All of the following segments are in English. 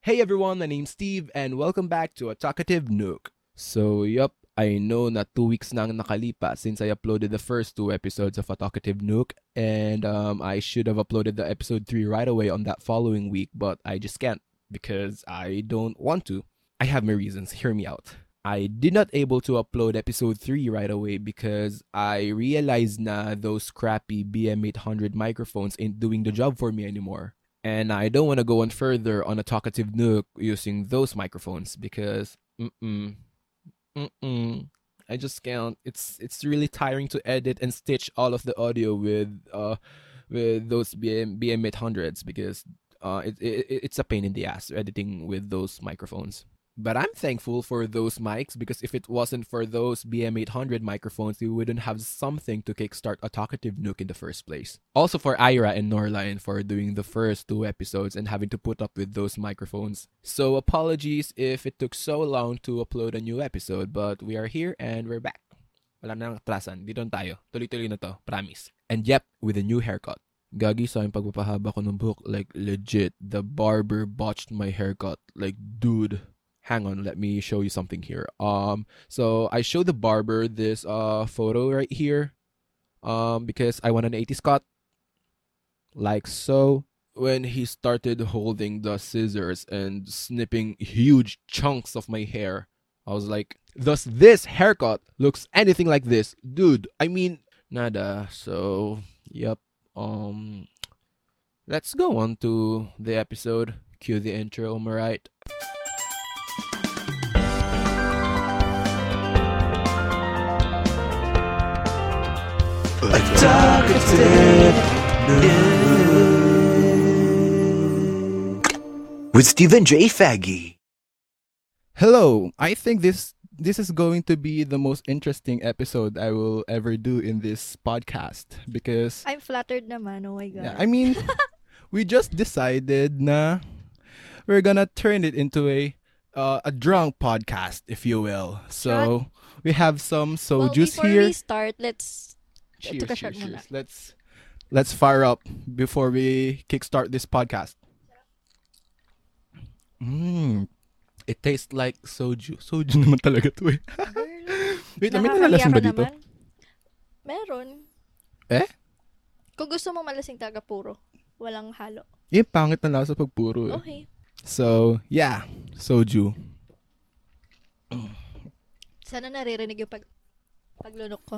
Hey everyone, my name's Steve and welcome back to A Talkative Nook. So, yup, I know na two weeks nang nakalipas since I uploaded the first two episodes of A Talkative Nook and um, I should have uploaded the episode 3 right away on that following week but I just can't because I don't want to. I have my reasons, hear me out. I did not able to upload episode 3 right away because I realized na those crappy BM800 microphones ain't doing the job for me anymore. And I don't want to go on further on a talkative nook using those microphones because mm-mm, mm-mm, I just can't. It's it's really tiring to edit and stitch all of the audio with uh with those BM BM eight hundreds because uh it, it it's a pain in the ass editing with those microphones. But I'm thankful for those mics because if it wasn't for those BM800 microphones, we wouldn't have something to kickstart a talkative nook in the first place. Also for Ira and Norline for doing the first two episodes and having to put up with those microphones. So apologies if it took so long to upload a new episode, but we are here and we're back. Wala na ng atrasan. Dito na tayo. Tuloy-tuloy na to. Promise. And yep, with a new haircut. Gagi sa aking pagpapahaba ko ng buhok. Like, legit. The barber botched my haircut. Like, dude hang on let me show you something here um so i show the barber this uh photo right here um because i want an 80s cut like so when he started holding the scissors and snipping huge chunks of my hair i was like does this haircut looks anything like this dude i mean nada so yep um let's go on to the episode cue the intro am I right with Stephen J. Faggy. Hello. I think this this is going to be the most interesting episode I will ever do in this podcast because I'm flattered naman. Oh my God. yeah, I mean we just decided na we're gonna turn it into a uh, a drunk podcast, if you will. So we have some well, soju's before here. we start, let's I took a shot muna. Let's let's fire up before we kickstart this podcast. Mm, it tastes like soju. Soju naman talaga to eh. Wait, lang, may Nakakahiya nalalasing ba ka dito? naman. Meron. Eh? Kung gusto mo malasing taga puro, walang halo. Eh, pangit na lasa pag puro eh. Okay. So, yeah. Soju. Sana naririnig yung pag paglunok ko.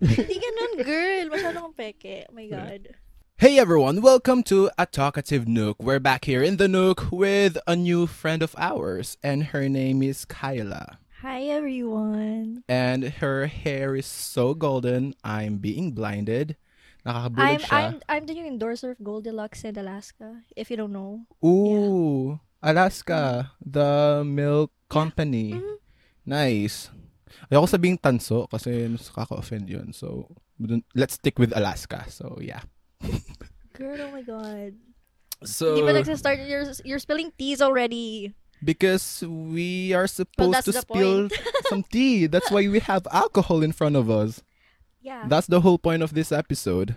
Hindi ganun, girl. Masyado kang peke. Oh my God. Hey everyone, welcome to A Talkative Nook. We're back here in the Nook with a new friend of ours, and her name is Kyla. Hi, everyone. And her hair is so golden, I'm being blinded. Nakakabulag I'm, siya. I'm, I'm the new endorser of Goldilocks and Alaska, if you don't know. Ooh, Alaska, the milk company. Mm-hmm. Nice. Ayoko sabing tanso kasi nakaka-offend yun. So, dun- let's stick with Alaska. So, yeah. Girl, oh my God. So, Hindi ba nagsastart? You're, you're spelling T's already. because we are supposed that's to the spill some tea. That's why we have alcohol in front of us. Yeah. That's the whole point of this episode.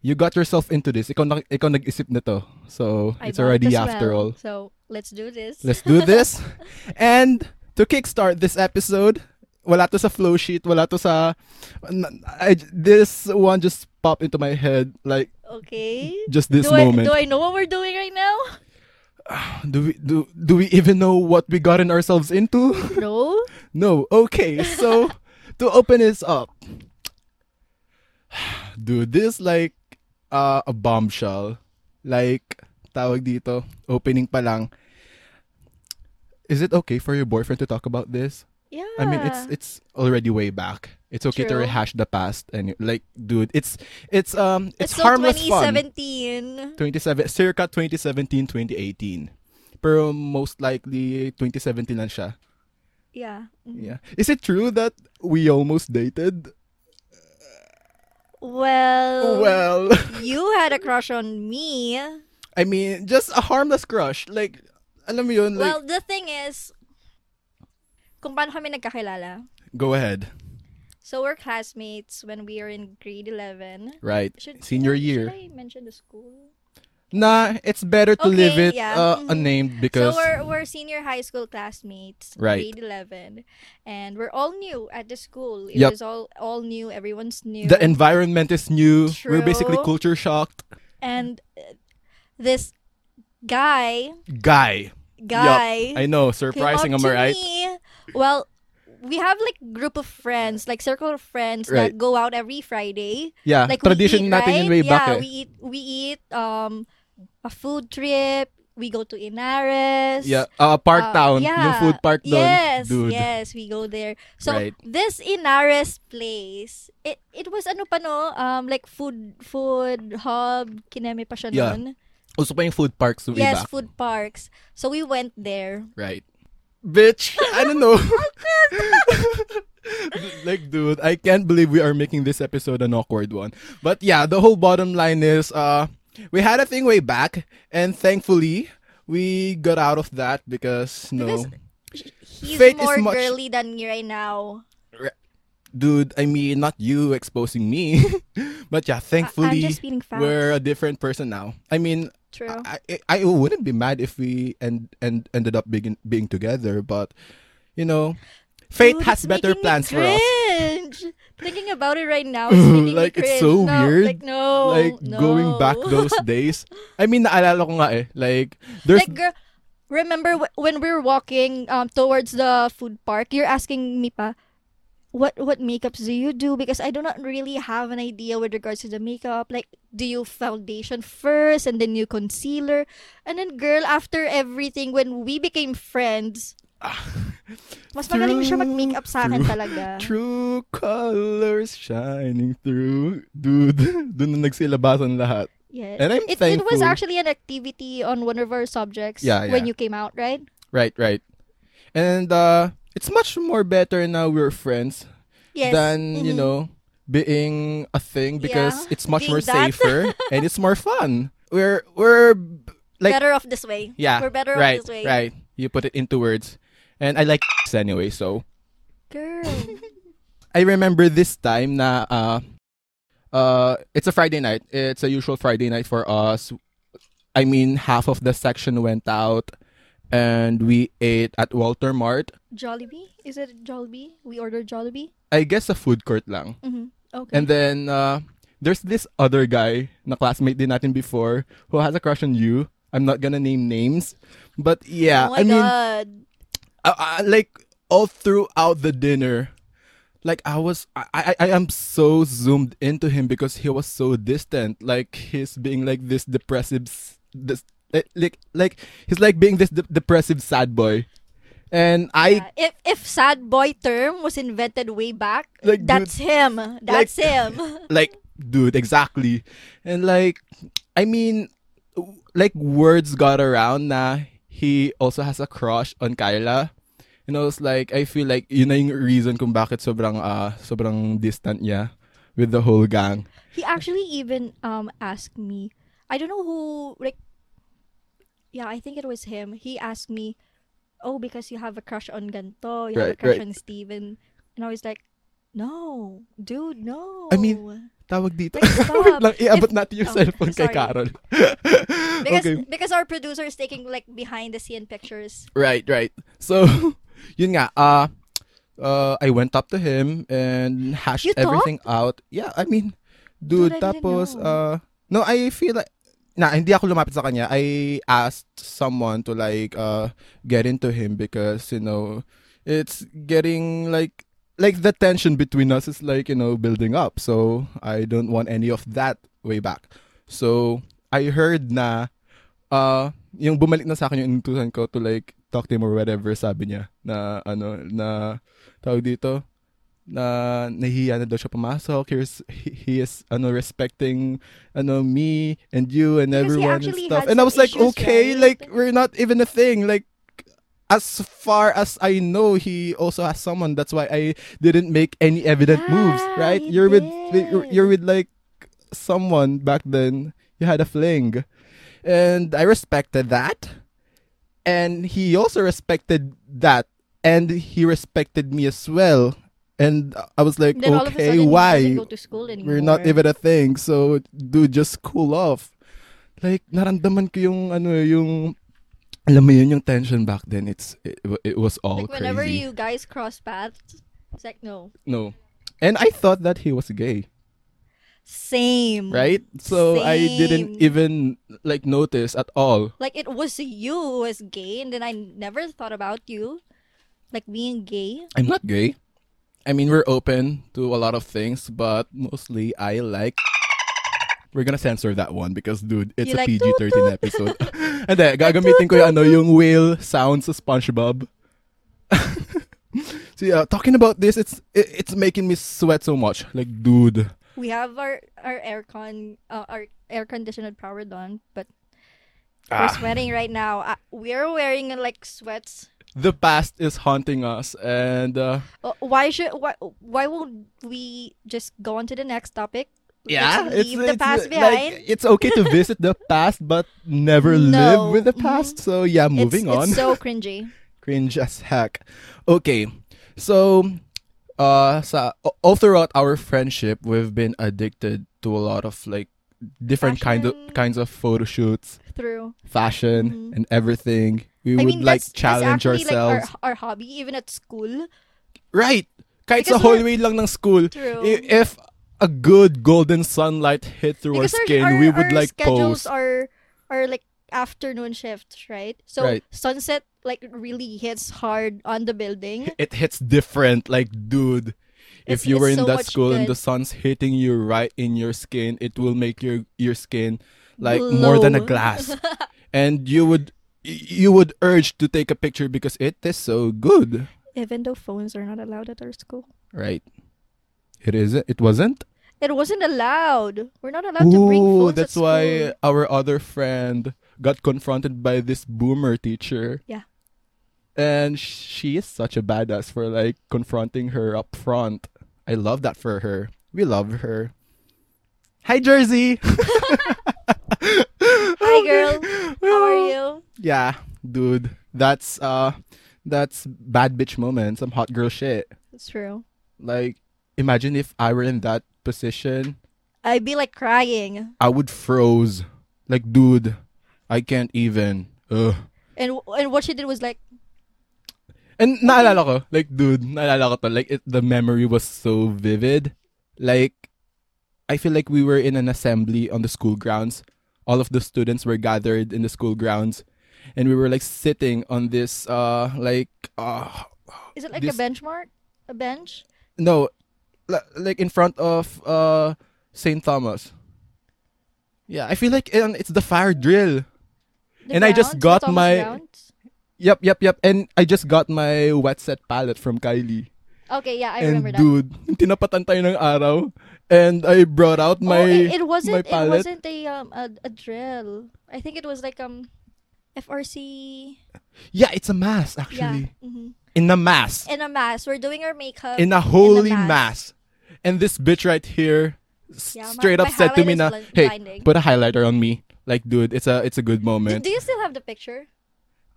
You got yourself into this. Ikaw, na, ikaw nag-isip na to. So, I it's bought already as after all. well. So let's do this. Let's do this. And to kickstart this episode, wala to sa flow sheet, wala to sa... I, this one just popped into my head, like, okay. just this do moment. I, do I know what we're doing right now? do, we, do, do we even know what we gotten ourselves into? No. no. Okay, so to open this up. Dude, this like uh, a bombshell. Like, tawag dito, opening pa lang. Is it okay for your boyfriend to talk about this? Yeah. I mean, it's it's already way back. It's okay to True. rehash the past and like, dude, it's it's um it's, It's still harmless fun. 2017. 27 circa 2017 2018. Pero most likely 2017 lang siya. Yeah. Mm. Yeah. Is it true that we almost dated? Well, Well, you had a crush on me. I mean, just a harmless crush. Like alam mo yun, like well, the thing is, kung paano kami nagkakilala. go ahead. So we're classmates when we were in grade 11. Right. Should, Senior should I- year. Should I mention the school? Nah, it's better to Okay, leave it yeah. uh, Mhm. unnamed because so we're we're senior high school classmates, Right. grade eleven, and we're all new at the school. It Yup. was all all new. Everyone's new. the environment is new. We're basically True. culture shocked. and uh, this guy Guy. guy I know, came surprising, up am to I right? me. Well, we have like group of friends, like circle of friends Right. that go out every Friday. Yeah, Like tradition we eat, natin right? yun way yeah, back eh. we eat we eat um a food trip. We go to Inares. Yeah, uh, Park Uh, Town, yeah. yung food park doon. Yes, Dude. yes, we go there. So Right. this Inares place, it it was ano pa no, um like food food hub, kineme pa siya Yeah, nun. Uso pa yung food parks way back. yes, food parks. So we went there. Right. Bitch, I don't know. like, dude, I can't believe we are making this episode an awkward one. But yeah, the whole bottom line is uh we had a thing way back and thankfully we got out of that because no Because He's Fate is more much- girly than me right now. dude, I mean not you exposing me. but yeah, I- I'm thankfully just feeling fat. we're a different person now. I mean, True. I, I I wouldn't be mad if we end and ended up being being together, but you know, fate Dude, has it's better making me plans for us. cringe. Thinking about it right now, it's making Like, me it's cringe. so No, weird. Like no, Like no. going back those days. I mean, naalala ko nga eh. Like there's like girl, remember wh- when we were walking um towards the food park, you're asking me pa, what what makeups do you do? Because I do not really have an idea with regards to the makeup. Like, do you foundation first and then you concealer? And then girl, after everything, when we became friends, mas magaling siya True, mag-makeup sa akin true, talaga. true colors shining through. Dude, dun na nagsilabasan lahat. Yes. And I'm it, it thankful. was actually an activity on one of our subjects Yeah, when yeah. you came out, right? Right, right. And uh it's much more better now we're friends Yes. than you Mhm. know being a thing because Yeah. it's much Being more that. safer and it's more fun. We're we're like better off this way. yeah We're better right off this way. right. You put it into words, and I like anyway. So Girl. I remember this time na uh uh it's a Friday night. It's a usual Friday night for us. I mean, half of the section went out, and we ate at Walter Mart. Jollibee? Is it Jollibee? We ordered Jollibee? I guess a food court lang. Mm-hmm. Okay. And then uh, there's this other guy na classmate din natin before who has a crush on you. I'm not gonna name names, but yeah, oh I my mean, God. uh, uh, like all throughout the dinner, like I was, I, I, I am so zoomed into him because he was so distant. Like he's being like this depressive, s- this eh, like like he's like being this de- depressive sad boy, and I Yeah. If if sad boy term was invented way back, Like, that's him. That's him. like dude exactly and like i mean w- like words got around na he also has a crush on Kyla and I was like I feel like yun na yung reason kung bakit sobrang ah sobrang distant niya with the whole gang He actually even um asked me. I don't know who like Yeah, I think it was him. He asked me, "Oh, because you have a crush on Ganto, you have Right, a crush right. on Steven." And I was like, "No, dude, no." I mean, tawag dito Like, stop. wait lang iabot If- natin yung oh, cellphone kay sorry. Carol because okay because our producer is taking like behind the scene pictures. right right so yun nga ah uh, I went up to him and hashed You talked? everything out. Yeah, I mean, dude, Dude, I didn't tapos, know. uh, no, I feel like, na, hindi ako lumapit sa kanya. I asked someone to, like, uh, get into him because, you know, it's getting, like, like the tension between us is, like, you know, building up. So, I don't want any of that way back. So, I heard na, uh, yung bumalik na sa akin yung inutusan ko to, like, talk to him or whatever, sabi niya, na, ano, na, tawag dito, na nahihiya na daw siya pumasok. Here's, he, he is, ano, respecting, ano, me and you and Because he everyone and actually stuff. had And I was some like, issues, okay, right? like, we're not even a thing. Like, as far as I know, he also has someone. That's why I didn't make any evident Yeah, moves, right? Ah, he You're with, did. you're- you're with, like, someone back then. You had a fling. And I respected that. And he also respected that. And he respected me as well. And I was like, Then all of a okay, sudden, he why? doesn't go to school anymore. We're not even a thing. So, dude, just cool off. like naramdaman ko yung ano yung alam mo yun yung tension back then it's it, it was all like whenever crazy you guys cross paths, it's like no. no and i thought that he was gay Same. right so i didn't Same. even like notice at all Like it was you who was gay and then I never thought about you. Like being gay. i'm not gay i mean we're open to a lot of things but mostly i like We're gonna censor that one because dude, it's You a like, PG-13 toot, toot. episode. And then gagamitin ko yung ano yung whale sound sa SpongeBob. so yeah, talking about this, it's it- it's making me sweat so much. Like dude, We have our our aircon uh, our air conditioner powered on, but Ah. we're sweating right now. Uh, we're wearing like sweats. the past is haunting us and uh, Uh, why should why why won't we just go on to the next topic? yeah, Let's it's, leave it's, the past like, behind. it's okay to visit the past but never live No. with the past. So yeah, It's- moving on. It's so cringy. cringe as heck. Okay, so uh, sa a- all throughout our friendship, we've been addicted to a lot of like different kind of Fashion. kinds of photo shoots, Through. fashion, Mhm. and everything. We I would mean, like that's, challenge that's actually ourselves, like our, our hobby, even at school. right? Kahit sa Because hallway lang ng school, True. i- if a good golden sunlight hit through because our our- skin, our, we would our like schedules pose. are are like afternoon shifts, right? So Right. sunset like really hits hard on the building. it hits different. Like, dude, if It's- you were it's in so that much school and the good. sun's hitting you right in your skin, it will make your your skin like more than a Glow. glass, and you would you would urge to take a picture because it is so good, Even though phones are not allowed at our school. right? It isn't. It wasn't. It wasn't allowed. We're not allowed to bring Ooh, phones. that's at why school. our other friend got confronted by this boomer teacher. Yeah. And she is such a badass for like confronting her up front. I love that for her. We love her. Hi Jersey. Hi girl. How are you? Yeah, dude. That's uh that's bad bitch moment, some hot girl shit. It's true. Like imagine if I were in that position I'd be like crying. I would froze. Like, dude, I can't even. Ugh. And and what she did was like And naalala ko, like, dude, naalala ko to. Like, it, the memory was so vivid. Like, I feel like we were in an assembly on the school grounds. All of the students were gathered in the school grounds. And we were, like, sitting on this, uh, like, uh, is it like This- a benchmark? A bench? no, li- like, in front of, uh, St. Thomas. Yeah, I feel like um, it's the fire drill. The And I just got grounds? Thomas my- grounds? Yep, yep, yep. And I just got my wet set palette from Kylie. Okay, yeah, I and remember that. dude, tinapatan tayo ng araw. And I brought out my... oh, it, it wasn't my palette. it wasn't a um a, a drill. I think it was like um FRC Yeah, it's a mass, yeah actually. mhm. In a mass. in a mass. We're doing our makeup. in a holy mass. mass. And this bitch right here s- Yeah, my- straight up my said to me na, highlight is bl- Hey, blinding." put a highlighter on me. Like, dude, it's a it's a good do, moment. do you still have the picture?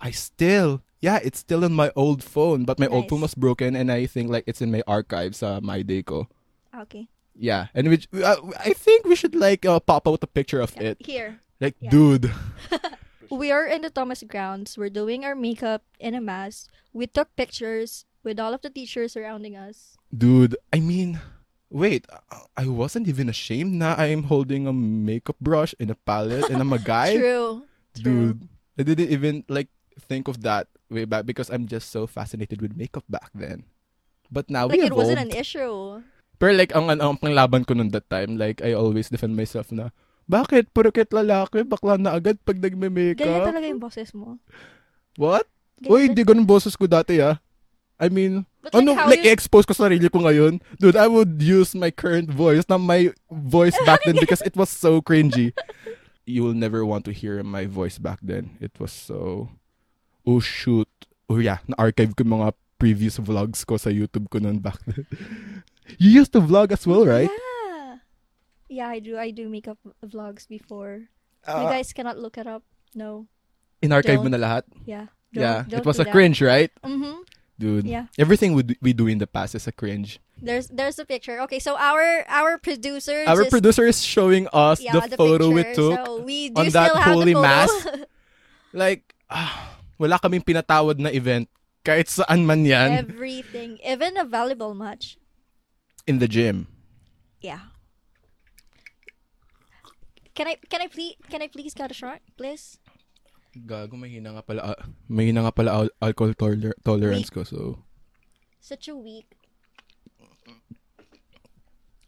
I still... Yeah, it's still in my old phone. But my old Nice. phone was broken. And I think, like, it's in my archives, uh, my day ko. Ah, Okay. Yeah, and which uh, I think we should like uh, pop out a picture of Yeah. it. Here. Like, Yeah. dude, We are in the Thomas grounds. We're doing our makeup in a mass. We took pictures with all of the teachers surrounding us. dude. I mean, wait, I- I wasn't even ashamed. Now I'm holding a makeup brush and a palette, and I'm a guy, True. True. dude. I didn't even like think of that way back because I'm just so fascinated with makeup back then. But now Like we it wasn't an evolved. issue. Pero like ang ano, ang ang panglaban ko noon that time, like I always defend myself na bakit purukit lalaki, bakla na agad pag Ganyan nagme-makeup. talaga yung boses mo. What? Ganyan Uy, tal- di ganun boses ko dati ah. I mean, But ano, how like, you- expose ko sarili ko ngayon. Dude, I would use my current voice, not my voice back then because it was so cringy. You will never want to hear my voice back then. It was so, oh shoot. Oh yeah, na-archive ko yung mga previous vlogs ko sa YouTube ko noon back then. You used to vlog as well, right? Yeah. Yeah, I do. I do makeup vlogs before. Uh, you guys cannot look it up. No. in-archive mo na lahat? Yeah. yeah, it was a cringe, right? Mm-hmm. dude. Yeah. Everything we do, we do in the past is a cringe. There's there's a picture. Okay, so our our producer Our just, producer is showing us yeah, the, photo we took. picture. So we do on still that have the holy photo. mass. Like, ah, wala kaming pinatawad na event. Kahit saan man yan. Everything, even a volleyball match. in the gym. Yeah. Can I can I please can I please cut a short, please? Gago, mahina nga pala, ah, mahina nga pala al- alcohol toler- tolerance ko. So, Such a weak.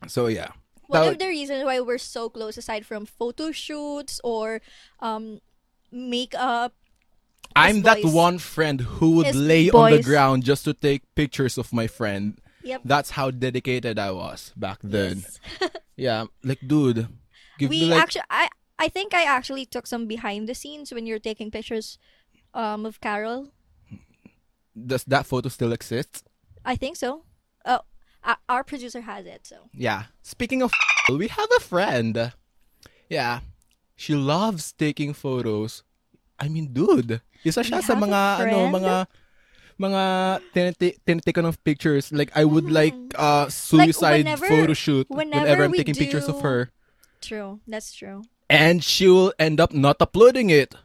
so yeah. One Tawag- of the reasons why we're so close, aside from photo shoots or um makeup, I'm that boys. one friend who would Yes, lay on the boys. ground just to take pictures of my friend. yep. That's how dedicated I was back then. Yes. Yeah, like dude, give we me like actually I I think I actually took some behind the scenes when you're taking pictures um of Carol. does that photo still exist? I think so. Oh, uh, our producer has it. So Yeah. Speaking of, we have a friend. Yeah. She loves taking photos. I mean, dude, isa siya We sa have a mga ano, friend? mga mga tiniti- tinitikan of pictures. Like I would like uh Oh Like, suicide whenever- photo shoot whenever I'm we taking pictures of do- her. true. That's true. and she will end up not uploading it.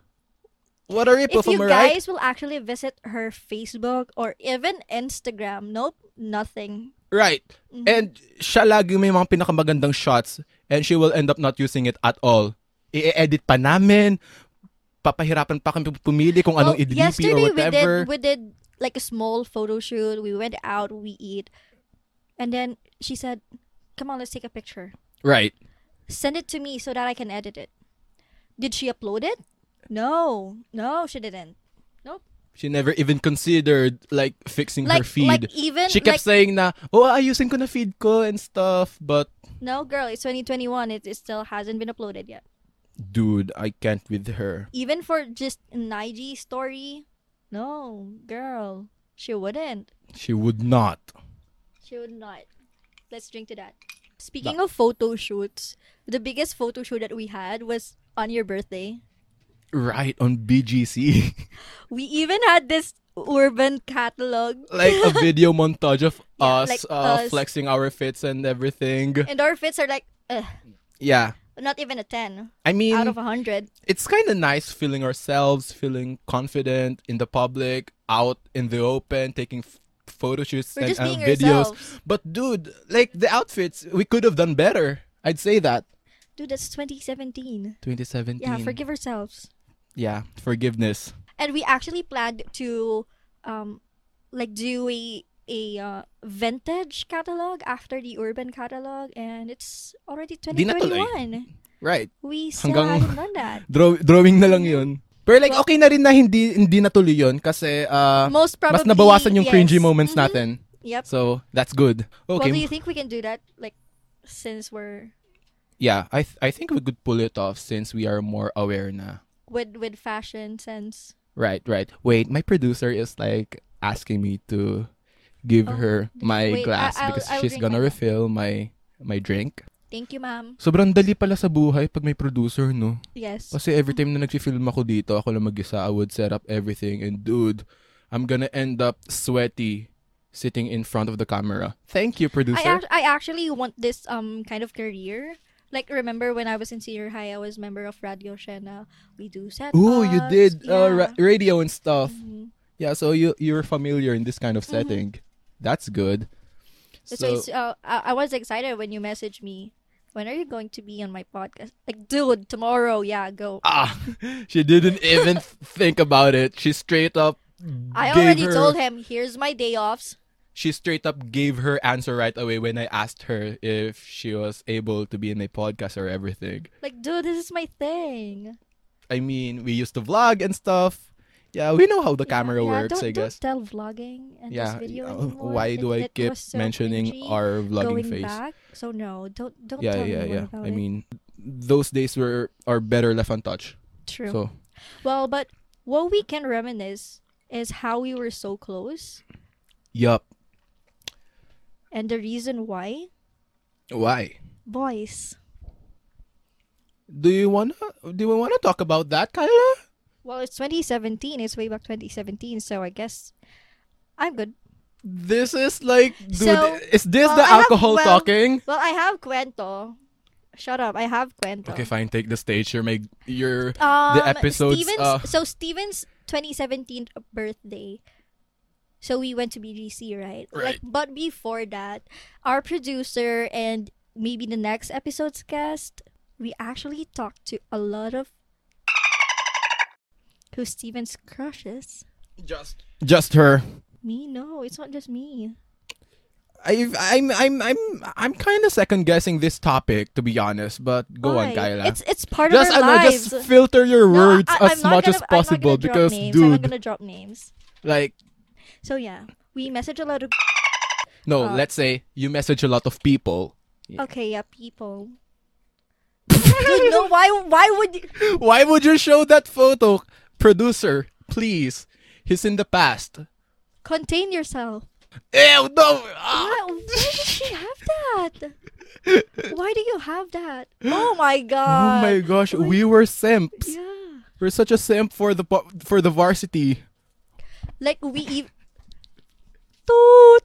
What a ripoff, if you am I right? guys will actually visit her Facebook or even Instagram, nope, nothing. Right. Mm-hmm. And siya lagi may mga pinakamagandang shots and she will end up not using it at all. I-edit pa namin, papahirapan pa kami pumili kung anong Well, idilipi or whatever. we did we did like a small photo shoot. We went out, we eat, and then she said, "Come on, let's take a picture. Right. Send it to me so that I can edit it." Did she upload it? No, no, she didn't. She never even considered like fixing her Like, feed. like even she kept like, saying na, oh, ayusin ko na feed ko and stuff. But no, girl, it's 2021. It, it still hasn't been uploaded yet. dude, I can't with her. Even for just an IG story, no, girl, she wouldn't. She would not. She would not. Let's drink to that. Speaking of photo shoots, the biggest photo shoot that we had was on your birthday. Right on BGC. We even had this urban catalog, like a video montage of Yeah, us, like uh, us. flexing our fits and everything. and our fits are like, ugh, Yeah. not even a 10 I mean, out of a 100. it's kind of nice feeling ourselves, feeling confident in the public, out in the open, taking f- photo shoots and We're just uh, being videos. ourselves. But dude, like the outfits, we could have done better. I'd say that. Dude, that's 2017. 2017. Yeah, forgive ourselves. Yeah, forgiveness. And we actually planned to um, like do a, a uh, vintage catalog after the urban catalog, and it's already Di natuloy. 2021. Right. We still Hanggang- haven't done that. Draw- drawing na lang yun. Pero like, okay na rin na hindi, hindi natuloy yun kasi uh, Most probably. mas nabawasan yung yes. cringy moments Mhm. natin. Yep. So, that's good. Okay. Well, do you think we can do that? Like, since we're yeah, I th- I think we could pull it off since we are more aware na. with with fashion sense. Right, right. Wait, my producer is like asking me to give Oh, her my wait, I- glass I'll- because I'll she's drink gonna mine. refill my my drink. Thank you, ma'am. Sobrang dali pala sa buhay pag may producer, no? Yes. Kasi every time na nagfi-film ako dito, ako lang mag-isa, I would set up everything and dude, I'm gonna end up sweaty sitting in front of the camera. Thank you, I producer. act- I actually want this um kind of career. Like remember when I was in senior high, I was member of Radio Shena. We do set. Ooh, you ups. did uh, Yeah. ra- radio and stuff. Mhm. Yeah, so you you're familiar in this kind of setting. That's good. Mm-hmm. That's why So, it's, uh, I-, I was excited when you messaged me. When are you going to be on my podcast? Like, dude, tomorrow. Yeah, go. ah, she didn't even think about it. She straight up I gave already her- told him. Here's my day offs. She straight up gave her answer right away when I asked her if she was able to be in a podcast or everything. Like, dude, this is my thing. I mean, we used to vlog and stuff. Yeah, we know how the camera yeah, works, don't, I guess. Don't tell vlogging and yeah. this video uh, anymore. Why do It- I it keep was so mentioning cringy our vlogging going phase? Back. So no, don't don't Yeah, tell yeah, anyone yeah. about I it. mean, those days were are better left untouched. true. So, well, but what we can reminisce is how we were so close yup. and the reason why. Why? Boys. Do you wanna do we wanna talk about that, Kyla? Well, it's 2017. It's way back 2017. So I guess I'm good. This is like, dude, So, is this well, the I have- alcohol well- talking? Well, I have Cuento. Shut up. I have Cuento. Okay, fine. Take the stage. You're my, you're Um, The episodes, Steven's, uh, so Steven's 2017 birthday. So we went to BGC, right? Right. Like, but before that, our producer and maybe the next episode's guest, we actually talked to a lot of who Steven's crushes. just, just her. Me? No, it's not just me. I, I'm, I'm, I'm, I'm kind of second guessing this topic to be honest. But go on, Why? Kyla. It's it's part just, of our ano, lives. just filter your No, words I- as I'm not much gonna- as I'm not gonna possible drop because, names. I'm not dude, gonna drop names. like, So yeah, we message a lot of no. Uh, let's say you message a lot of people. Okay, yeah, people. Dude, no, why why would you Why would you show that photo, producer? Please, he's in the past. contain yourself? Ew, no. ah. Why, why did she have that? Why do you have that? Oh my Oh god. my gosh, we were simps. Yeah. We're such a simp for the po- for the varsity. Like we even Toot.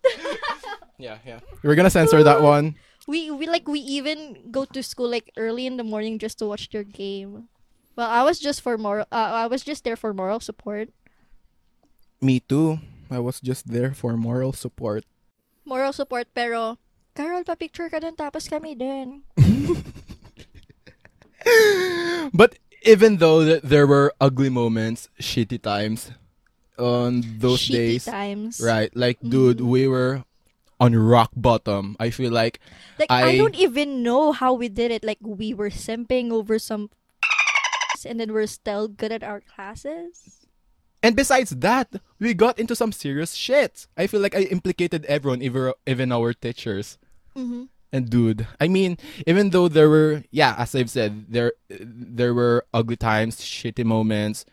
Yeah, yeah. We're gonna censor that one. we we like we even go to school like early in the morning just to watch their game. Well, I was just for moral uh, I was just there for moral support. Me too. I was just there for moral support. Moral support pero Carol, pa-picture ka dun tapos kami din. But even though th- there were ugly moments, shitty times on those Shitty days, times. Mm-hmm. right? Like, dude, we were on rock bottom. I feel like Like I, I- don't even know how we did it. Like we were simping over some and then we're still good at our classes. And besides that, we got into some serious shit. I feel like I implicated everyone, even even our teachers. Mhm. And dude, I mean, even though there were, yeah, as I've said, there there were ugly times, shitty moments.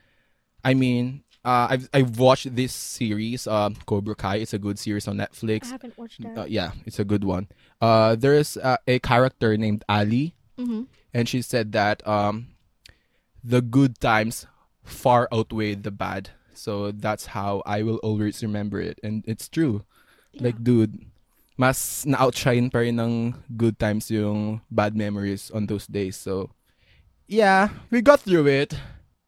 I mean, uh, I've I've watched this series, uh, Cobra Kai. It's a good series on I Netflix. haven't watched that. Uh, yeah, it's a good one. Uh, there's uh, a character named Ali, Mhm. and she said that um, the good times far outweigh the bad. So that's how I will always remember it, and it's true. Like, dude, mas na-outshine pa rin ng good times yung bad memories on those days. So, yeah, we got through it.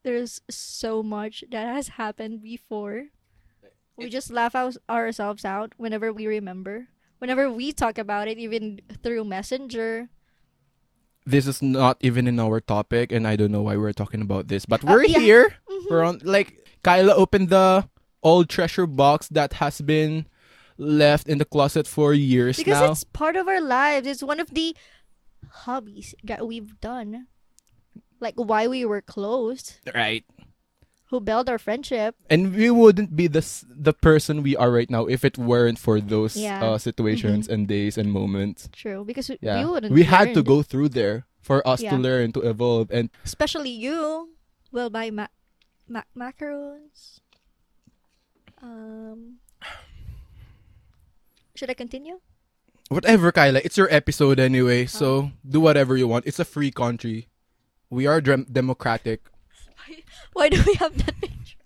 There's so much that has happened before. We just laugh out ourselves out whenever we remember. Whenever we talk about it, even through Messenger. This is not even in our topic, and I don't know why we're talking about this, but Uh, we're yeah. here. We're on like Kyla opened the old treasure box that has been left in the closet for years Because now. it's part of our lives. It's one of the hobbies that we've done. Like why we were closed, right. who built our friendship. And we wouldn't be the s- the person we are right now if it weren't for those Yeah. uh, situations and days and moments. True, because we- Yeah. we wouldn't. we had to learn. go through there for us to Yeah. learn to evolve and Especially you will buy ma- ma- macarons. Um, should I continue? whatever Kyla, it's your episode anyway, so Uh-huh. do whatever you want. It's a free country. We are dem- democratic. Why do we have that picture?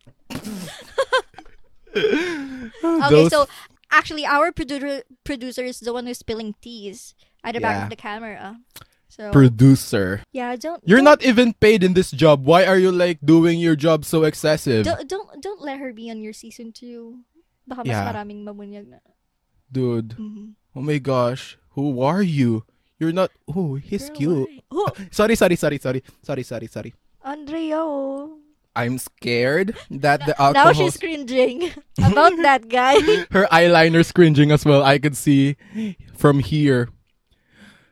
Okay, Those- so actually, our producer producer is the one who's spilling teas at the back Yeah. of the camera. So producer. yeah, don't You're Oh. don't, not even paid in this job. Why are you like doing your job so excessive? don't don't don't let her be on your season two. Baka mas Yeah. maraming mabunyag na. Dude. Mhm. Oh my gosh. Who are you? You're not Oh, he's Girl, cute. why? Oh, Sorry, sorry, sorry, sorry. Sorry, sorry, sorry. Andrea. oh. I'm scared that the Now alcohol she's cringing about that guy. her eyeliner's cringing as well. I could see from here.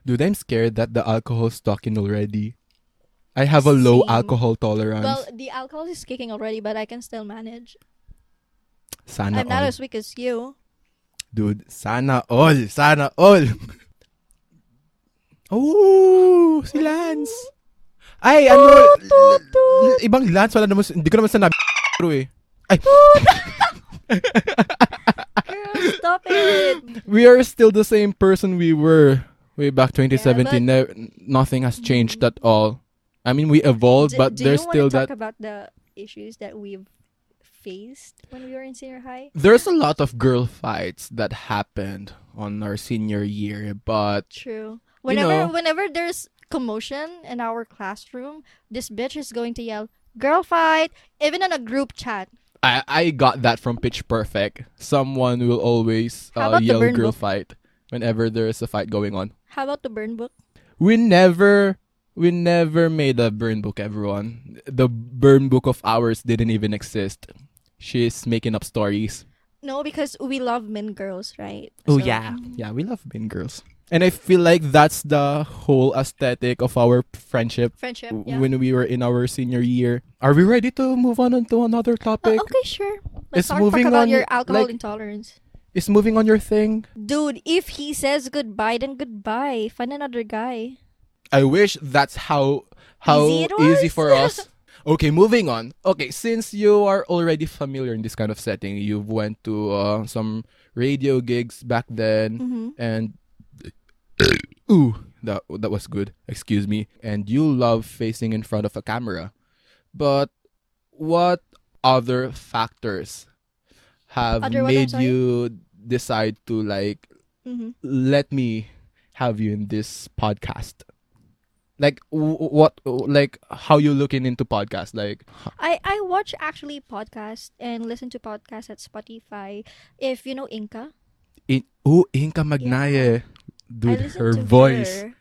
Dude, I'm scared that the alcohol's talking already. I have a low Same. alcohol tolerance. well, the alcohol is kicking already, but I can still manage. sana I'm not all. as weak as you. Dude, sana all. Sana all. oh, si Lance. Ay, ano? Oh, Ibang Lance, wala naman, hindi ko naman sinabi eh. Ay, Girl, stop it. we are still the same person we were way back 2017. Ne- nothing has changed at all. I mean, we evolved, Mm. D- but do there's you wanna still talk that. about the issues that we've faced when we were in senior high. There's a lot of girl fights that happened on our senior year, but True. Whenever know- whenever there's commotion in our classroom, this bitch is going to yell, "Girl fight!" Even in a group chat. I, I got that from Pitch Perfect. Someone will always uh, How about the yell burn girl book? fight whenever there is a fight going on. How about the burn book? We never we never made a burn book, everyone. The burn book of ours didn't even exist. She's making up stories. No, because we love men girls, right? Oh, So- Yeah, we love Mean Girls. And I feel like that's the whole aesthetic of our friendship Friendship. w- Yeah. when we were in our senior year. Are we ready to move on onto another Oh, topic? okay, sure. It's Let's talk, talk moving about on, your alcohol like- intolerance. Is moving on your thing? Dude, if he says goodbye, then goodbye. Find another guy. I wish that's how how Easy it easy was. for us. Okay, moving on. Okay, since you are already familiar in this kind of setting, you've went to uh, some radio gigs back then. Mm-hmm. and uh, ooh, that that was good. Excuse me. And you love facing in front of a camera, but what other factors have Other what? I'm made sorry? you decide to like Mm-hmm. let me have you in this podcast? Like w- what? Like how you looking into podcast? Like I I watch actually podcasts and listen to podcasts at Spotify. If you know Inka, in ooh, Inka Magnaye, I dude, listen her to voice. her.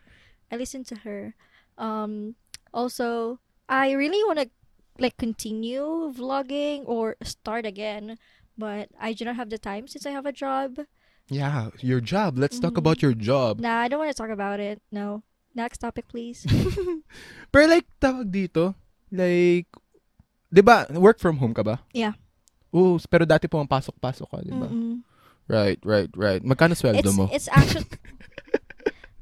I listen to her. Um, also, I really want to like continue vlogging or start again, but I do not have the time since I have a job. Yeah, your job. Let's talk Mhm. about your job. Nah, I don't want to talk about it. No. Next topic, please. Pero like, tawag dito, like, di ba, work from home ka ba? Yeah. Oo, s- pero dati pumapasok-pasok ka, di ba? Mm-mm. Right, right, right. Magkano sweldo It's mo? it's actually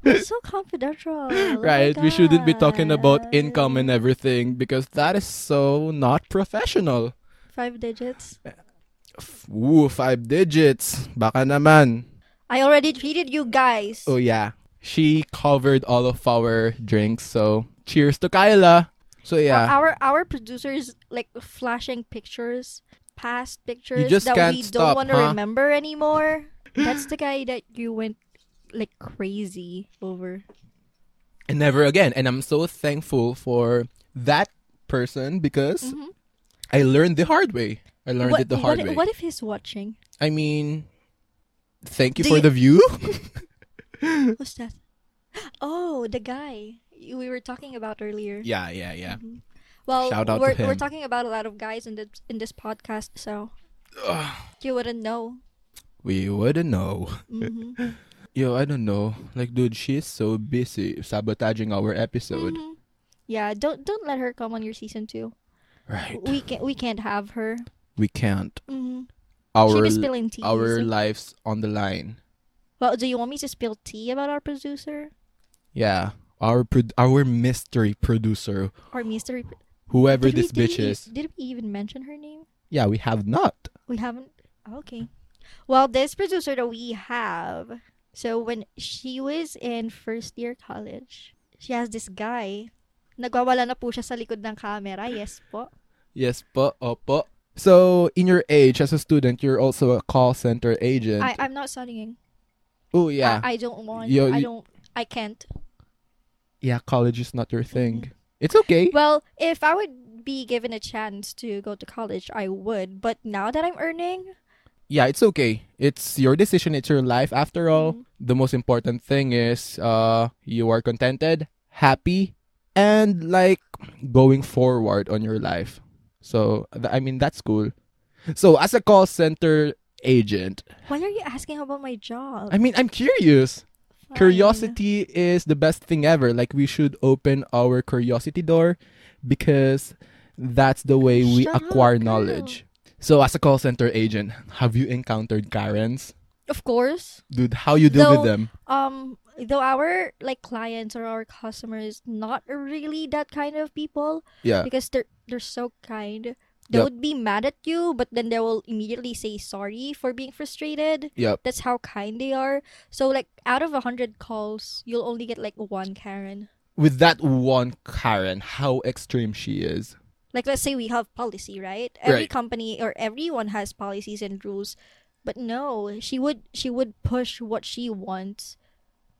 It's so confidential. Oh my right, we shouldn't be talking about God. income and everything because that is so not professional. five digits. F- Ooh, five digits. Baka naman. I already treated you guys. Oh yeah. She covered all of our drinks, so cheers to Kyla. So yeah. Our our producer is like flashing pictures, past pictures just that can't we stop, don't want to huh? remember anymore. That's the guy that you went like crazy over. and never again. And I'm so thankful for that person because Mhm. I learned the hard way. I learned what, it the hard what, way. what if he's watching? I mean, thank you Do for you- the view. What's that? Oh, the guy you- we were talking about earlier. Mm-hmm. yeah, yeah, yeah. Well, Shout out to we're, him. we're talking about a lot of guys in this in this podcast, so Ugh, you wouldn't know. we wouldn't know. hmm Yo, I don't know. Like, dude, she's so busy sabotaging our episode. Mm-hmm. Yeah, don't don't let her come on your season two. Right. We can we can't have her. We can't. hmm She Our be spilling tea. our lives on the line. well, do you want me to spill tea about our producer Yeah. Our pro- our mystery producer, or mystery? pro- whoever Did we- this did bitch we- is. Did we even mention her name? Yeah, we have not. We haven't. Okay. Well, this producer that we have. So when she was in first year college, she has this guy. Nagwawala na po siya sa likod ng camera. Yes po. Yes po, opo. So, in your age as a student, you're also a call center agent. I, I'm not studying. oh yeah, I, I don't want. Yo, I you- don't. I can't. yeah. College is not your thing. It's okay. Mm-hmm. Well, if I would be given a chance to go to college, I would. But now that I'm earning, yeah, it's okay. It's your decision. It's your life. After all, Mm-hmm. the most important thing is uh you are contented, happy, and like going forward on your life. So, th- I mean, that's cool. So, as a call center agent, why are you asking about my job? I mean, I'm curious. Fine. Curiosity is the best thing ever. Like we should open our curiosity door because that's the way we Shut up, acquire girl. knowledge. So as a call center agent, have you encountered Karens? Of course. Dude, how you deal No. with them? um though our like clients or our customers not really that kind of people Yeah. because they're they're so kind they Yep. would be mad at you but then they will immediately say sorry for being frustrated Yep. that's how kind they are so like out of a hundred calls you'll only get like one karen With that one Karen, how extreme she is. like let's say we have policy right every Right. company or everyone has policies and rules but no she would she would push what she wants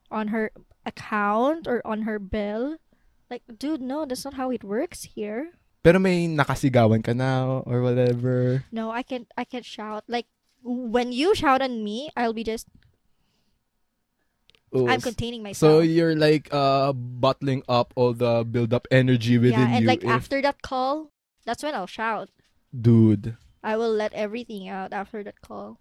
on her account or on her bill like dude no that's not how it works here Pero may nakasigawan ka na or whatever. no i can i can shout like when you shout on me i'll be just Oh, i'm s- containing so myself you're like uh bottling up all the build up energy within yeah and you. like if- after that call that's when i'll shout dude. I will let everything out after that call.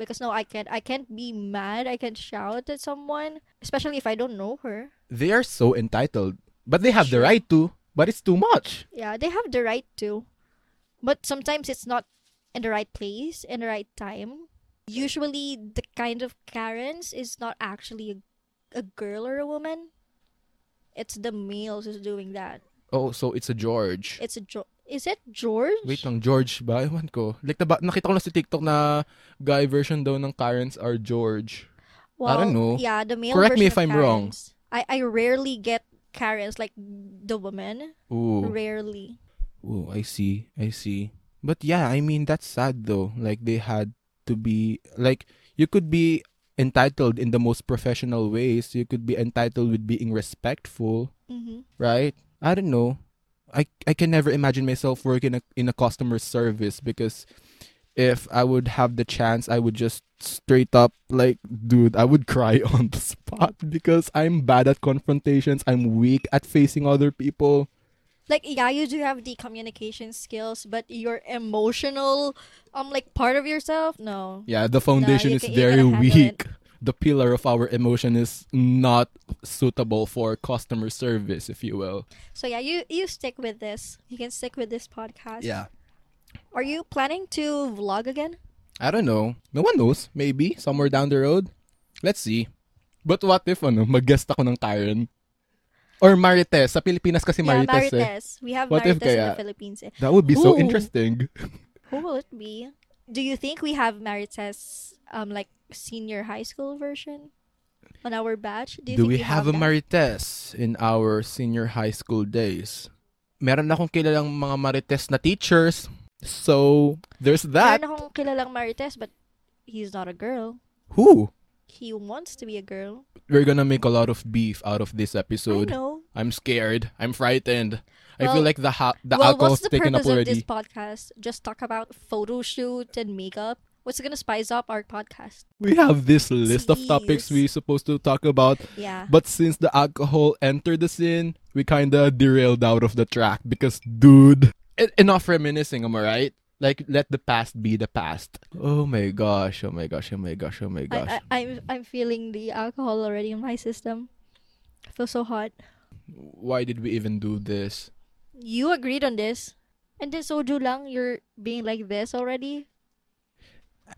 Because no, I can't I can't be mad, I can't shout at someone, especially if I don't know her. They are so entitled. But they have the Sure. right to, but it's too much. Yeah, they have the right to. But sometimes it's not in the right place, in the right time. Usually the kind of Karens is not actually a, a girl or a woman. It's the males who's doing that. Oh, so it's a George. It's a jo- is it George? Wait lang, George ba? Ewan ko. Like, naba- nakita ko lang sa TikTok na guy version daw ng Karens are George. Well, don't know. Yeah, the male Correct me version if of I'm wrong. Karens. I I rarely get Karens like the woman. Ooh. Rarely. Ooh, I see. I see. But yeah, I mean, that's sad though. Like, they had to be, like, you could be entitled in the most professional ways. You could be entitled with being respectful, Mm-hmm. right? I don't know. I, I can never imagine myself working in a, in a customer service because if I would have the chance, I would just straight up, like, dude, I would cry on the spot because I'm bad at confrontations. I'm weak at facing other people. Like yeah, you do have the communication skills, but your emotional um like part of yourself, no. Yeah, the foundation is you ca- you very cannot handle weak. The pillar of our emotion is not suitable for customer service, if you will. So yeah, you you stick with this. You can stick with this podcast. Are you planning to vlog again? I don't know. No one knows. Maybe somewhere down the road. Let's see. But what if ano, mag-guest ako ng Karen? Or Marites. Sa Pilipinas kasi yeah, Marites, eh. Marites. We have What if Marites in kaya? the Philippines. eh. That would be so Ooh. interesting. Who will it be? Do you think we have Marites um like senior high school version on our batch? you Do think we have, a that? Marites in our senior high school days? Meron akong kilalang mga Marites na teachers. So, there's that. Meron akong kilalang Marites, but he's not a girl. Who? He wants to be a girl. we're gonna make a lot of beef out of this I episode. know. I'm scared. I'm frightened. I Well- feel like the ha- the well, alcohol's what's the taken up purpose of this already. podcast? Just talk about photo shoots and makeup. What's gonna spice up our podcast? We have this list of topics Jeez. we're supposed to talk about, Yeah. but since the alcohol entered the scene, we kinda derailed out of the track because, dude, e- enough reminiscing. Am I right? Like, let the past be the past. Oh my gosh! Oh my gosh! Oh my gosh! Oh my I, gosh! I, I'm I'm feeling the alcohol already in my system. I feel so hot. Why did we even do this? You agreed on this, and then soju lang. You're being like this already.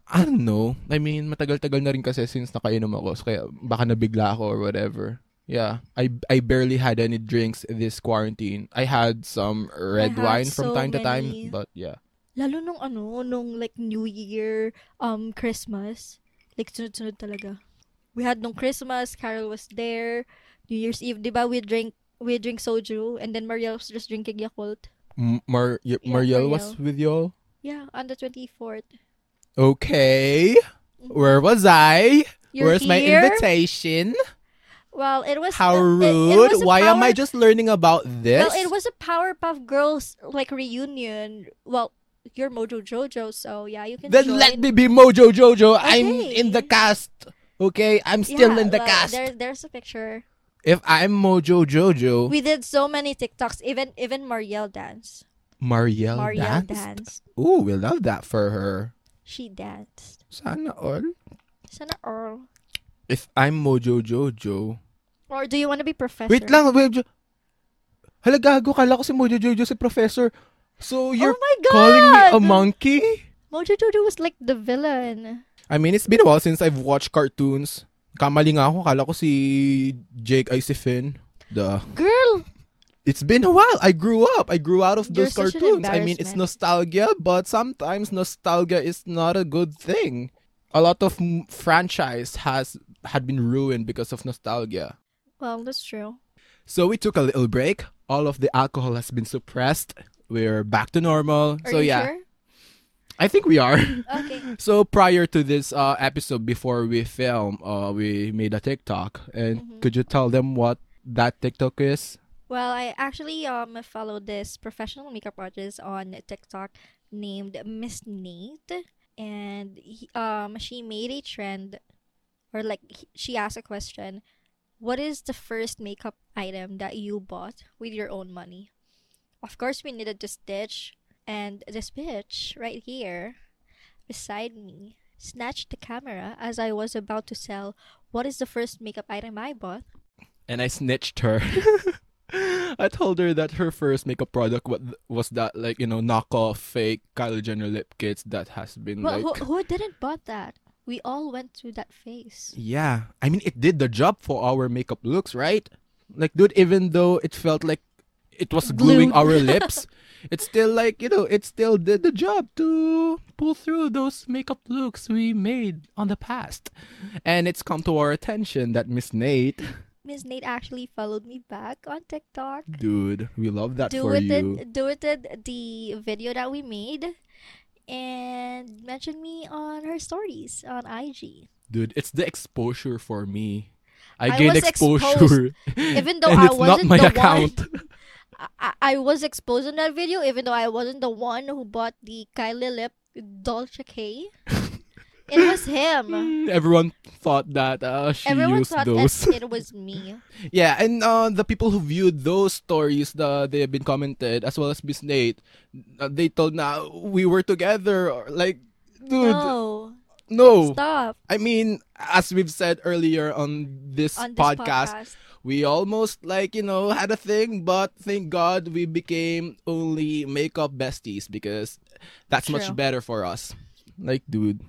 I don't know. I mean, matagal-tagal na rin kasi since nakainom ako. So kaya baka nabigla ako or whatever. Yeah. I I barely had any drinks this quarantine. I had some red had wine from so time to time. many. But yeah. Lalo nung ano, nung like New Year, um, Christmas. Like, sunod-sunod talaga. We had nung Christmas, Carol was there. New Year's Eve, di ba, we drink, we drink soju, and then Mariel was just drinking Yakult. M- Mar- y- Yeah, Mariel Mariel. was with y'all? Yeah, on the 24th. Okay. Where was I? Mm-hmm. You're Where's my here? invitation? Well, it was... How the- it- it rude. was a Why am I power- just learning about this? Well, it was a Powerpuff Girls, like, reunion. Well, you're Mojo Jojo, so yeah, you can then join. let me be Mojo Jojo. I'm Okay. in the cast. Okay? I'm still Yeah, in the well, cast. There, there's a picture. If I'm Mojo Jojo, We did so many TikToks, even even Mariel dance. Marielle, Marielle danced? danced. Ooh, we love that for her. She danced. Sana all. Sana Earl. If I'm Mojo Jojo. Or do you want to be professor? Wait lang, wait. Jo- Hala gago, kala ko si Mojo Jojo si Professor. So you're oh my god! calling me a monkey? Mojo Jojo was like the villain. I mean, it's been a while since I've watched cartoons. Kamali nga ako, kala ko si Jake ay si Finn. Duh. Girl! It's been a while. I grew up. I grew out of You're those such an cartoons. I mean, it's embarrassment. nostalgia, but sometimes nostalgia is not a good thing. A lot of m- franchise has had been ruined because of nostalgia. Well, that's true. So we took a little break. All of the alcohol has been suppressed. we're back to normal. Are so you yeah, sure? I think we are. Okay. so prior to this uh, episode, before we film, uh, we made a TikTok, and Mhm. could you tell them what that TikTok is? Well, I actually um follow this professional makeup artist on TikTok named Miss Nate, and he, um she made a trend, or like he- she asked a question, "What is the first makeup item that you bought with your own money?" Of course, we needed to stitch, and this bitch right here, beside me, snatched the camera as I was about to sell. What is the first makeup item I bought? And I snitched her. I told her that her first makeup product wa- was that like you know knockoff fake Kylie Jenner lip kits that has been Well, like. who, who didn't bought that? We all went through that phase. Yeah, I mean, it did the job for our makeup looks, right? Like, dude, even though it felt like it was gluing Glue. our lips, it's still like you know, it still did the job to pull through those makeup looks we made on the past, and it's come to our attention that Miss Nate, Miss Nate actually followed me back on TikTok. dude, we love that for you. Dueted, dueted the video that we made and mentioned me on her stories on IG. Dude, it's the exposure for me. I, I gained was exposure, Even though and I it's not wasn't my the account. one, I, I was exposed in that video, even though I wasn't the one who bought the Kylie Lip Dolce K. it was him. Mm, Everyone thought that uh, she Everyone used thought those. that it was me. Yeah, and uh, the people who viewed those stories, the they have been commented as well as Miss Nate. uh, They told now we were together, or like, dude, no. No, stop I mean, as we've said earlier on this, on this podcast, podcast. we almost like you know had a thing, but thank God we became only makeup besties because that's much True. better for us. Like, dude,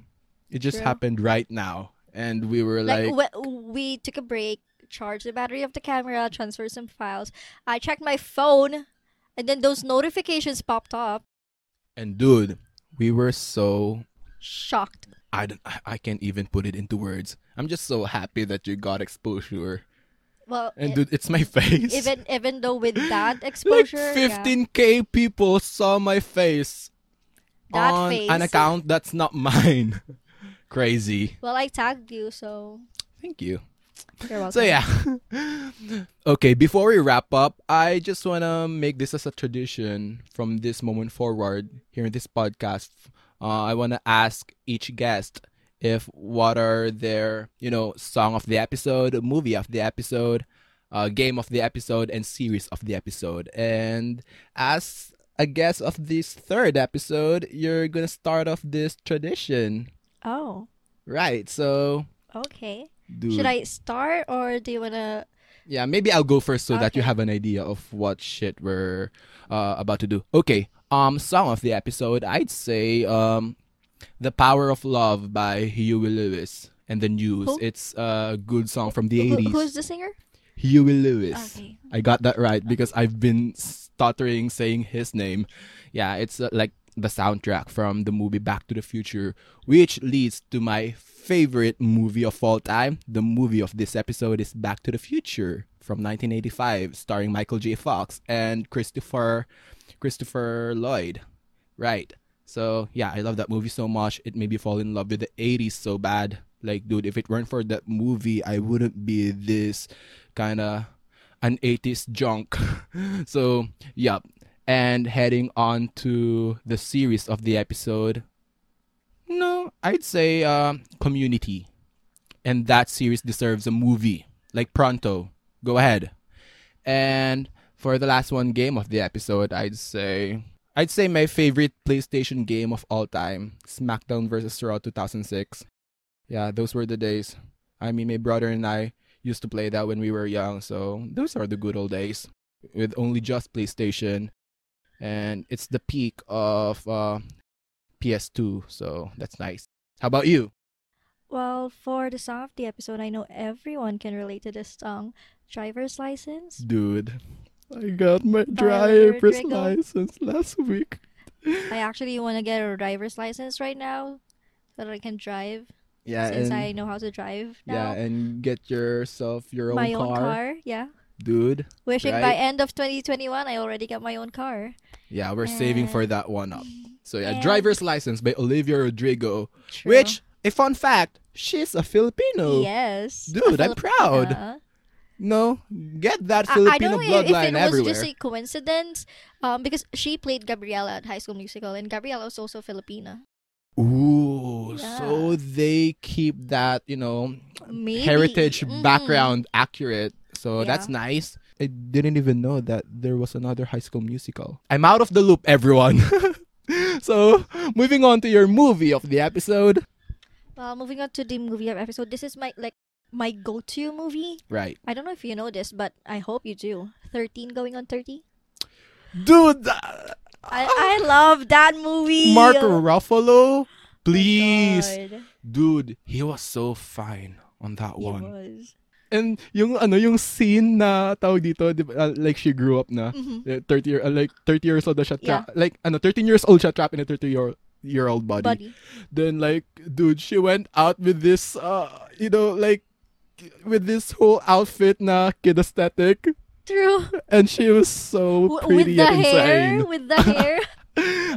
it just True. happened right now, and we were like, like, we, we took a break charged the battery of the camera transferred some files i checked my phone and then those notifications popped up and dude, we were so shocked I don't, I I can't even put it into words. I'm just so happy that you got exposure. well And e- dude, it's my face. even even though with like that exposure yeah, 15k people saw my face that on face an account that's not mine. Crazy. well i tagged you so Thank you. you're welcome So yeah. okay, before we wrap up, I just want to make this as a tradition from this moment forward here in this podcast. Uh, I want to ask each guest if what are their, you know, song of the episode, movie of the episode, uh, game of the episode and series of the episode. And as a guest of this third episode, you're going to start off this tradition. oh Right. So, okay dude. should i start or do you wanna Yeah, maybe I'll go first so that you Okay. have an idea of what shit we're uh, about to do. Okay. Um, song of the episode, I'd say um, "The Power of Love" by Huey Lewis and the News. Who? It's a good song from the who, eighties. who's the singer Huey Lewis. Okay. I got that right because I've been stuttering saying his name. Yeah, it's uh, like the soundtrack from the movie Back to the Future, which leads to my favorite movie of all time. The movie of this episode is Back to the Future from 1985, starring Michael J. Fox and Christopher Christopher Lloyd. Right. So yeah, I love that movie so much. It made me fall in love with the '80s so bad. Like, dude, if it weren't for that movie, I wouldn't be this kind of an '80s junk. so yeah, and heading on to the series of the episode. No, I'd say uh, Community, and that series deserves a movie like Pronto. Go ahead. And for the last one game of the episode, I'd say I'd say my favorite PlayStation game of all time, SmackDown vs. Raw 2006. Yeah, those were the days. I mean, my brother and I used to play that when we were young, so those are the good old days with only just PlayStation. And it's the peak of uh, PS2, so that's nice. How about you? well for the song of the episode i know everyone can relate to this song driver's license Dude, I got my Tyler driver's Dringle. license last week. I actually want to get a driver's license right now so that I can drive Yeah, since and, I know how to drive yeah, now. and get yourself your own My car. own car, yeah. dude. Wishing by Right. end of 2021, I already got my own car. Yeah, we're saving for And- that one up. So yeah, and- driver's license by Olivia Rodrigo, True. which a fun fact, she's a Filipino. Yes. Oh. Dude, A I'm proud. Filipina. No, get that I- I, Filipino don't know if- if it bloodline was everywhere. just a coincidence, um, because she played Gabriela at High School Musical, and Gabriela was also Filipina. Ooh, Yeah. so they keep that, you know, Maybe. heritage Mm-mm. background accurate. So Yeah. that's nice. I didn't even know that there was another high school musical. I'm out of the loop, everyone. so, moving on to your movie of the episode. Well, Uh, moving on to the movie of episode. This is my like my go-to movie. Right. I don't know if you know this, but I hope you do. Thirteen going on thirty. Dude, uh, I I love that movie. Mark Oh my Ruffalo, please. God. Dude, he was so fine on that He one. was. And yung ano yung scene na tawag dito, di ba, uh, like she grew up na. Mhm. Uh, 30 year uh, like 30 years old na siya trap like ano 13 years old siya trapped in a 30 year year old body. Buddy. Then like dude, she went out with this uh you know like with this whole outfit na kinesthetic True. and she was so W- with pretty the and hair. insane. With the hair.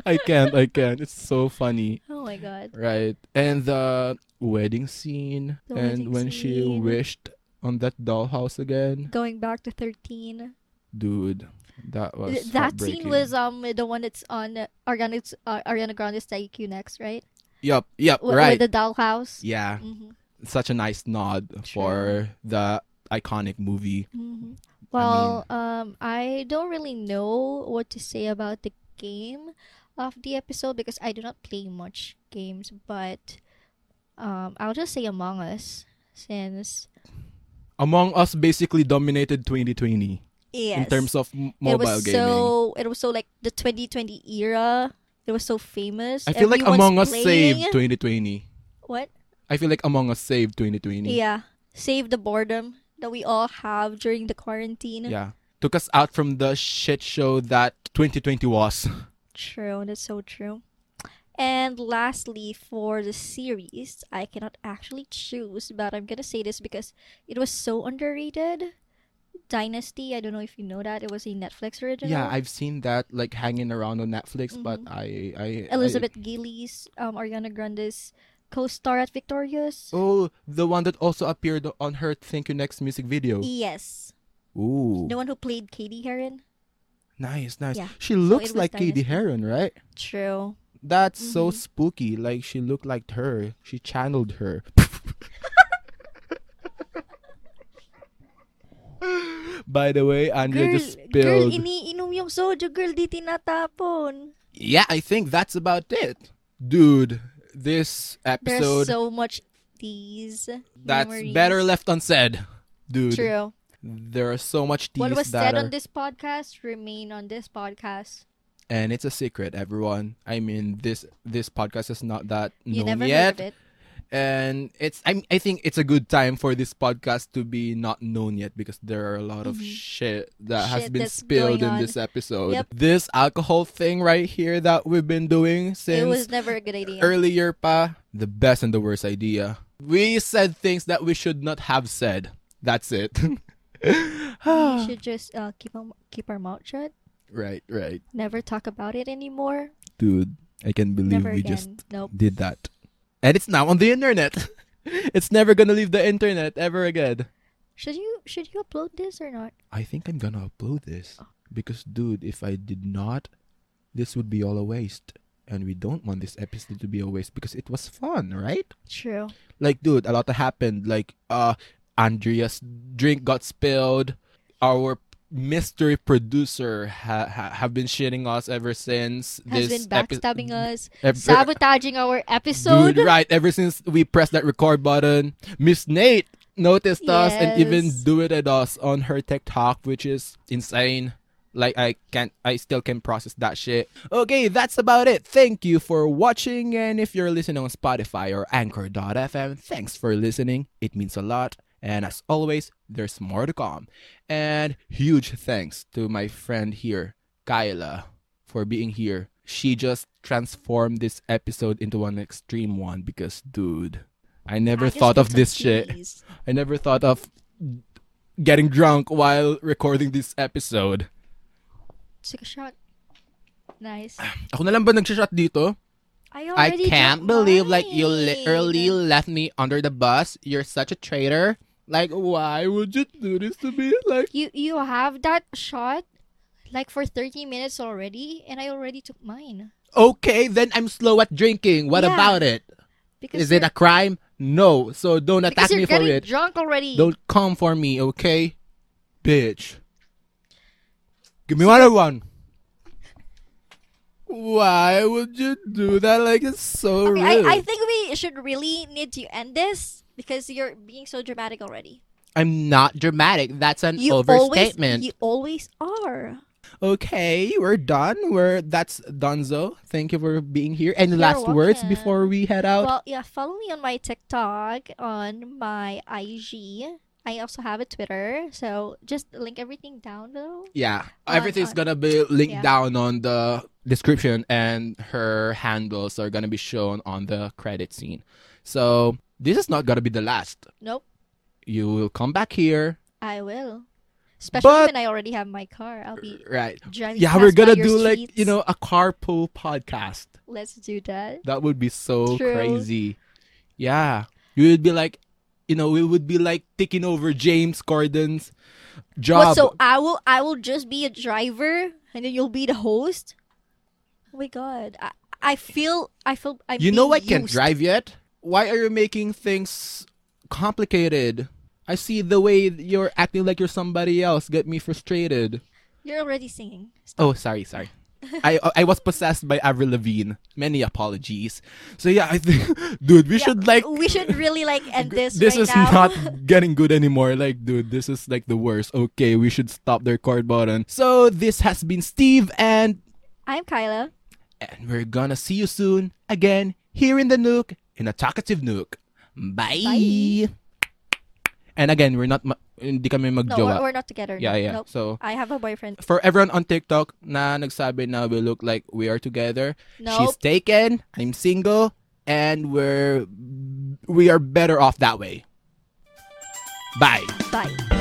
I can't, I can't. It's so funny, Oh my god. right? And the wedding scene The and wedding when she scene. wished on that dollhouse again. Going back to thirteen. Dude, that was Th- that scene heartbreaking. was um the one that's on uh, Ariana uh, Ariana Grande's Take You Next, right? Yup, yup, W- right. With the dollhouse. yeah, Mm-hmm. such a nice nod for the iconic movie. hmm Well, um, I don't really know what to say about the game of the episode because I do not play much games, but um, I'll just say Among Us since Among Us basically dominated 2020 yes, in terms of m- it mobile was gaming. so it was so like the 2020 era. It was so famous. I feel like Everyone's Among Us playing. saved 2020. what? I feel like Among Us saved 2020. Yeah, save the boredom that we all have during the quarantine. Yeah. Took us out from the shit show that 2020 was. True, that's so true. And lastly, for the series, I cannot actually choose, but I'm gonna say this because it was so underrated. Dynasty, I don't know if you know that. It was a Netflix original. Yeah, I've seen that like hanging around on Netflix, but I, I Mm-hmm. Elizabeth Gillies, um, Ariana Grande's co star at Victorious. I, oh, the one that also appeared on her "Thank You Next" music video. Yes. Ooh, The one who played Katie Heron. nice, nice. Yeah. She looks it was like Katie Heron, right? True. That's so Mm-hmm. spooky. Like she looked like her. She channeled her. By the way, Andrea Girl, just girl, spilled. iniinom yung soju, girl, di tinatapon. yeah, I think that's about it, dude. This episode There's so much these. that's memories. better left unsaid, dude. True. There are so much teas What was that said are- on this podcast remain on this podcast. and it's a secret, everyone. I mean, this this podcast is not that You known never yet. heard of it. and it's I, I think it's a good time for this podcast to be not known yet because there are a lot of shit that has Mm-hmm. Shit been that's spilled in going on. this episode Yep. this alcohol thing right here that we've been doing since It was never a good idea. earlier pa the best and the worst idea we said things that we should not have said that's it Ah. we should just uh, keep our, keep our mouth shut. right right Never talk about it anymore. dude i can believe Never we again. just Nope. did that and it's now on the internet it's never gonna leave the internet ever again Should you should you upload this or not? I think I'm gonna upload this Oh. because, dude, if I did not, this would be all a waste, and we don't want this episode to be a waste because it was fun, right? True. Like, dude, a lot happened. Like, uh, Andrea's drink got spilled. Our mystery producer ha- ha- have been shitting us ever since Has this been backstabbing us, ev- sabotaging our episode. Dude, right. Ever since we pressed that record button, Miss Nate noticed us and even Yes. duetted us on her TikTok, which is insane. Like I can't I still can process that shit. Okay, that's about it. Thank you for watching and if you're listening on Spotify or Anchor.fm, thanks for listening. It means a lot. And as always, there's more to come. And huge thanks to my friend here, Kyla for being here. She just transformed this episode into an extreme one because, dude, I never I just thought of want some this shit. cheese. I never thought of getting drunk while recording this episode. Take a shot. Nice. Ako na lang ba nagsashot dito? I I already can't drank believe like you mine. literally left me under the bus. You're such a traitor. Like why would you do this to me? Like You you have that shot like for 30 minutes already and I already took mine. okay, then I'm slow at drinking. What Yeah. about it? Is Because it you're- a crime? No. So don't attack because me you're for getting it. drunk already. Don't come for me, okay? Bitch. Give me another one. Why would you do that? Like it's so Okay, rude. I, I think we should really need to end this because you're being so dramatic already. I'm not dramatic. That's an You overstatement. always you always are. okay, we're done. We're that's Donzo. Thank you for being here. Any You're last words welcome. before we head out? Well, yeah, follow me on my TikTok, on my IG. I also have a Twitter, so just link everything down below. yeah, on- everything's on- gonna be linked Uh, yeah. down on the description, and her handles are gonna be shown on the credit scene. So this is not gonna be the last. Nope, You will come back here, I will. Especially But- when I already have my car, I'll be right? driving. Yeah, we're fast by gonna do your like streets. you know a carpool podcast. Let's do that. That would be so True. crazy. Yeah. You would be like, you know, we would be like taking over James Corden's What, job. so I will I will just be a driver and then you'll be the host. Oh my god. I, I feel I feel I'm you know I being can't used. drive yet? Why are you making things complicated? I see the way you're acting like you're somebody else. Get me frustrated. You're already singing. Oh, sorry, sorry. I I was possessed by Avril Lavigne. Many apologies. So yeah, I think, dude, we Yeah, should like we should really like end this right is now. not getting good anymore. Like, dude, this is like the worst. Okay, we should stop their record button. So this has been Steve, and I'm Kyla. and we're gonna see you soon again here in the Nook in a talkative Nook. Bye. Bye. And again, we're not ma- hindi kami No, magjowa. we're, we're not together. yeah, no. yeah. Nope. So I have a boyfriend. for everyone on TikTok na nagsabi na we look like we are together, Nope. she's taken. I'm single, and we're we are better off that way. Bye. Bye.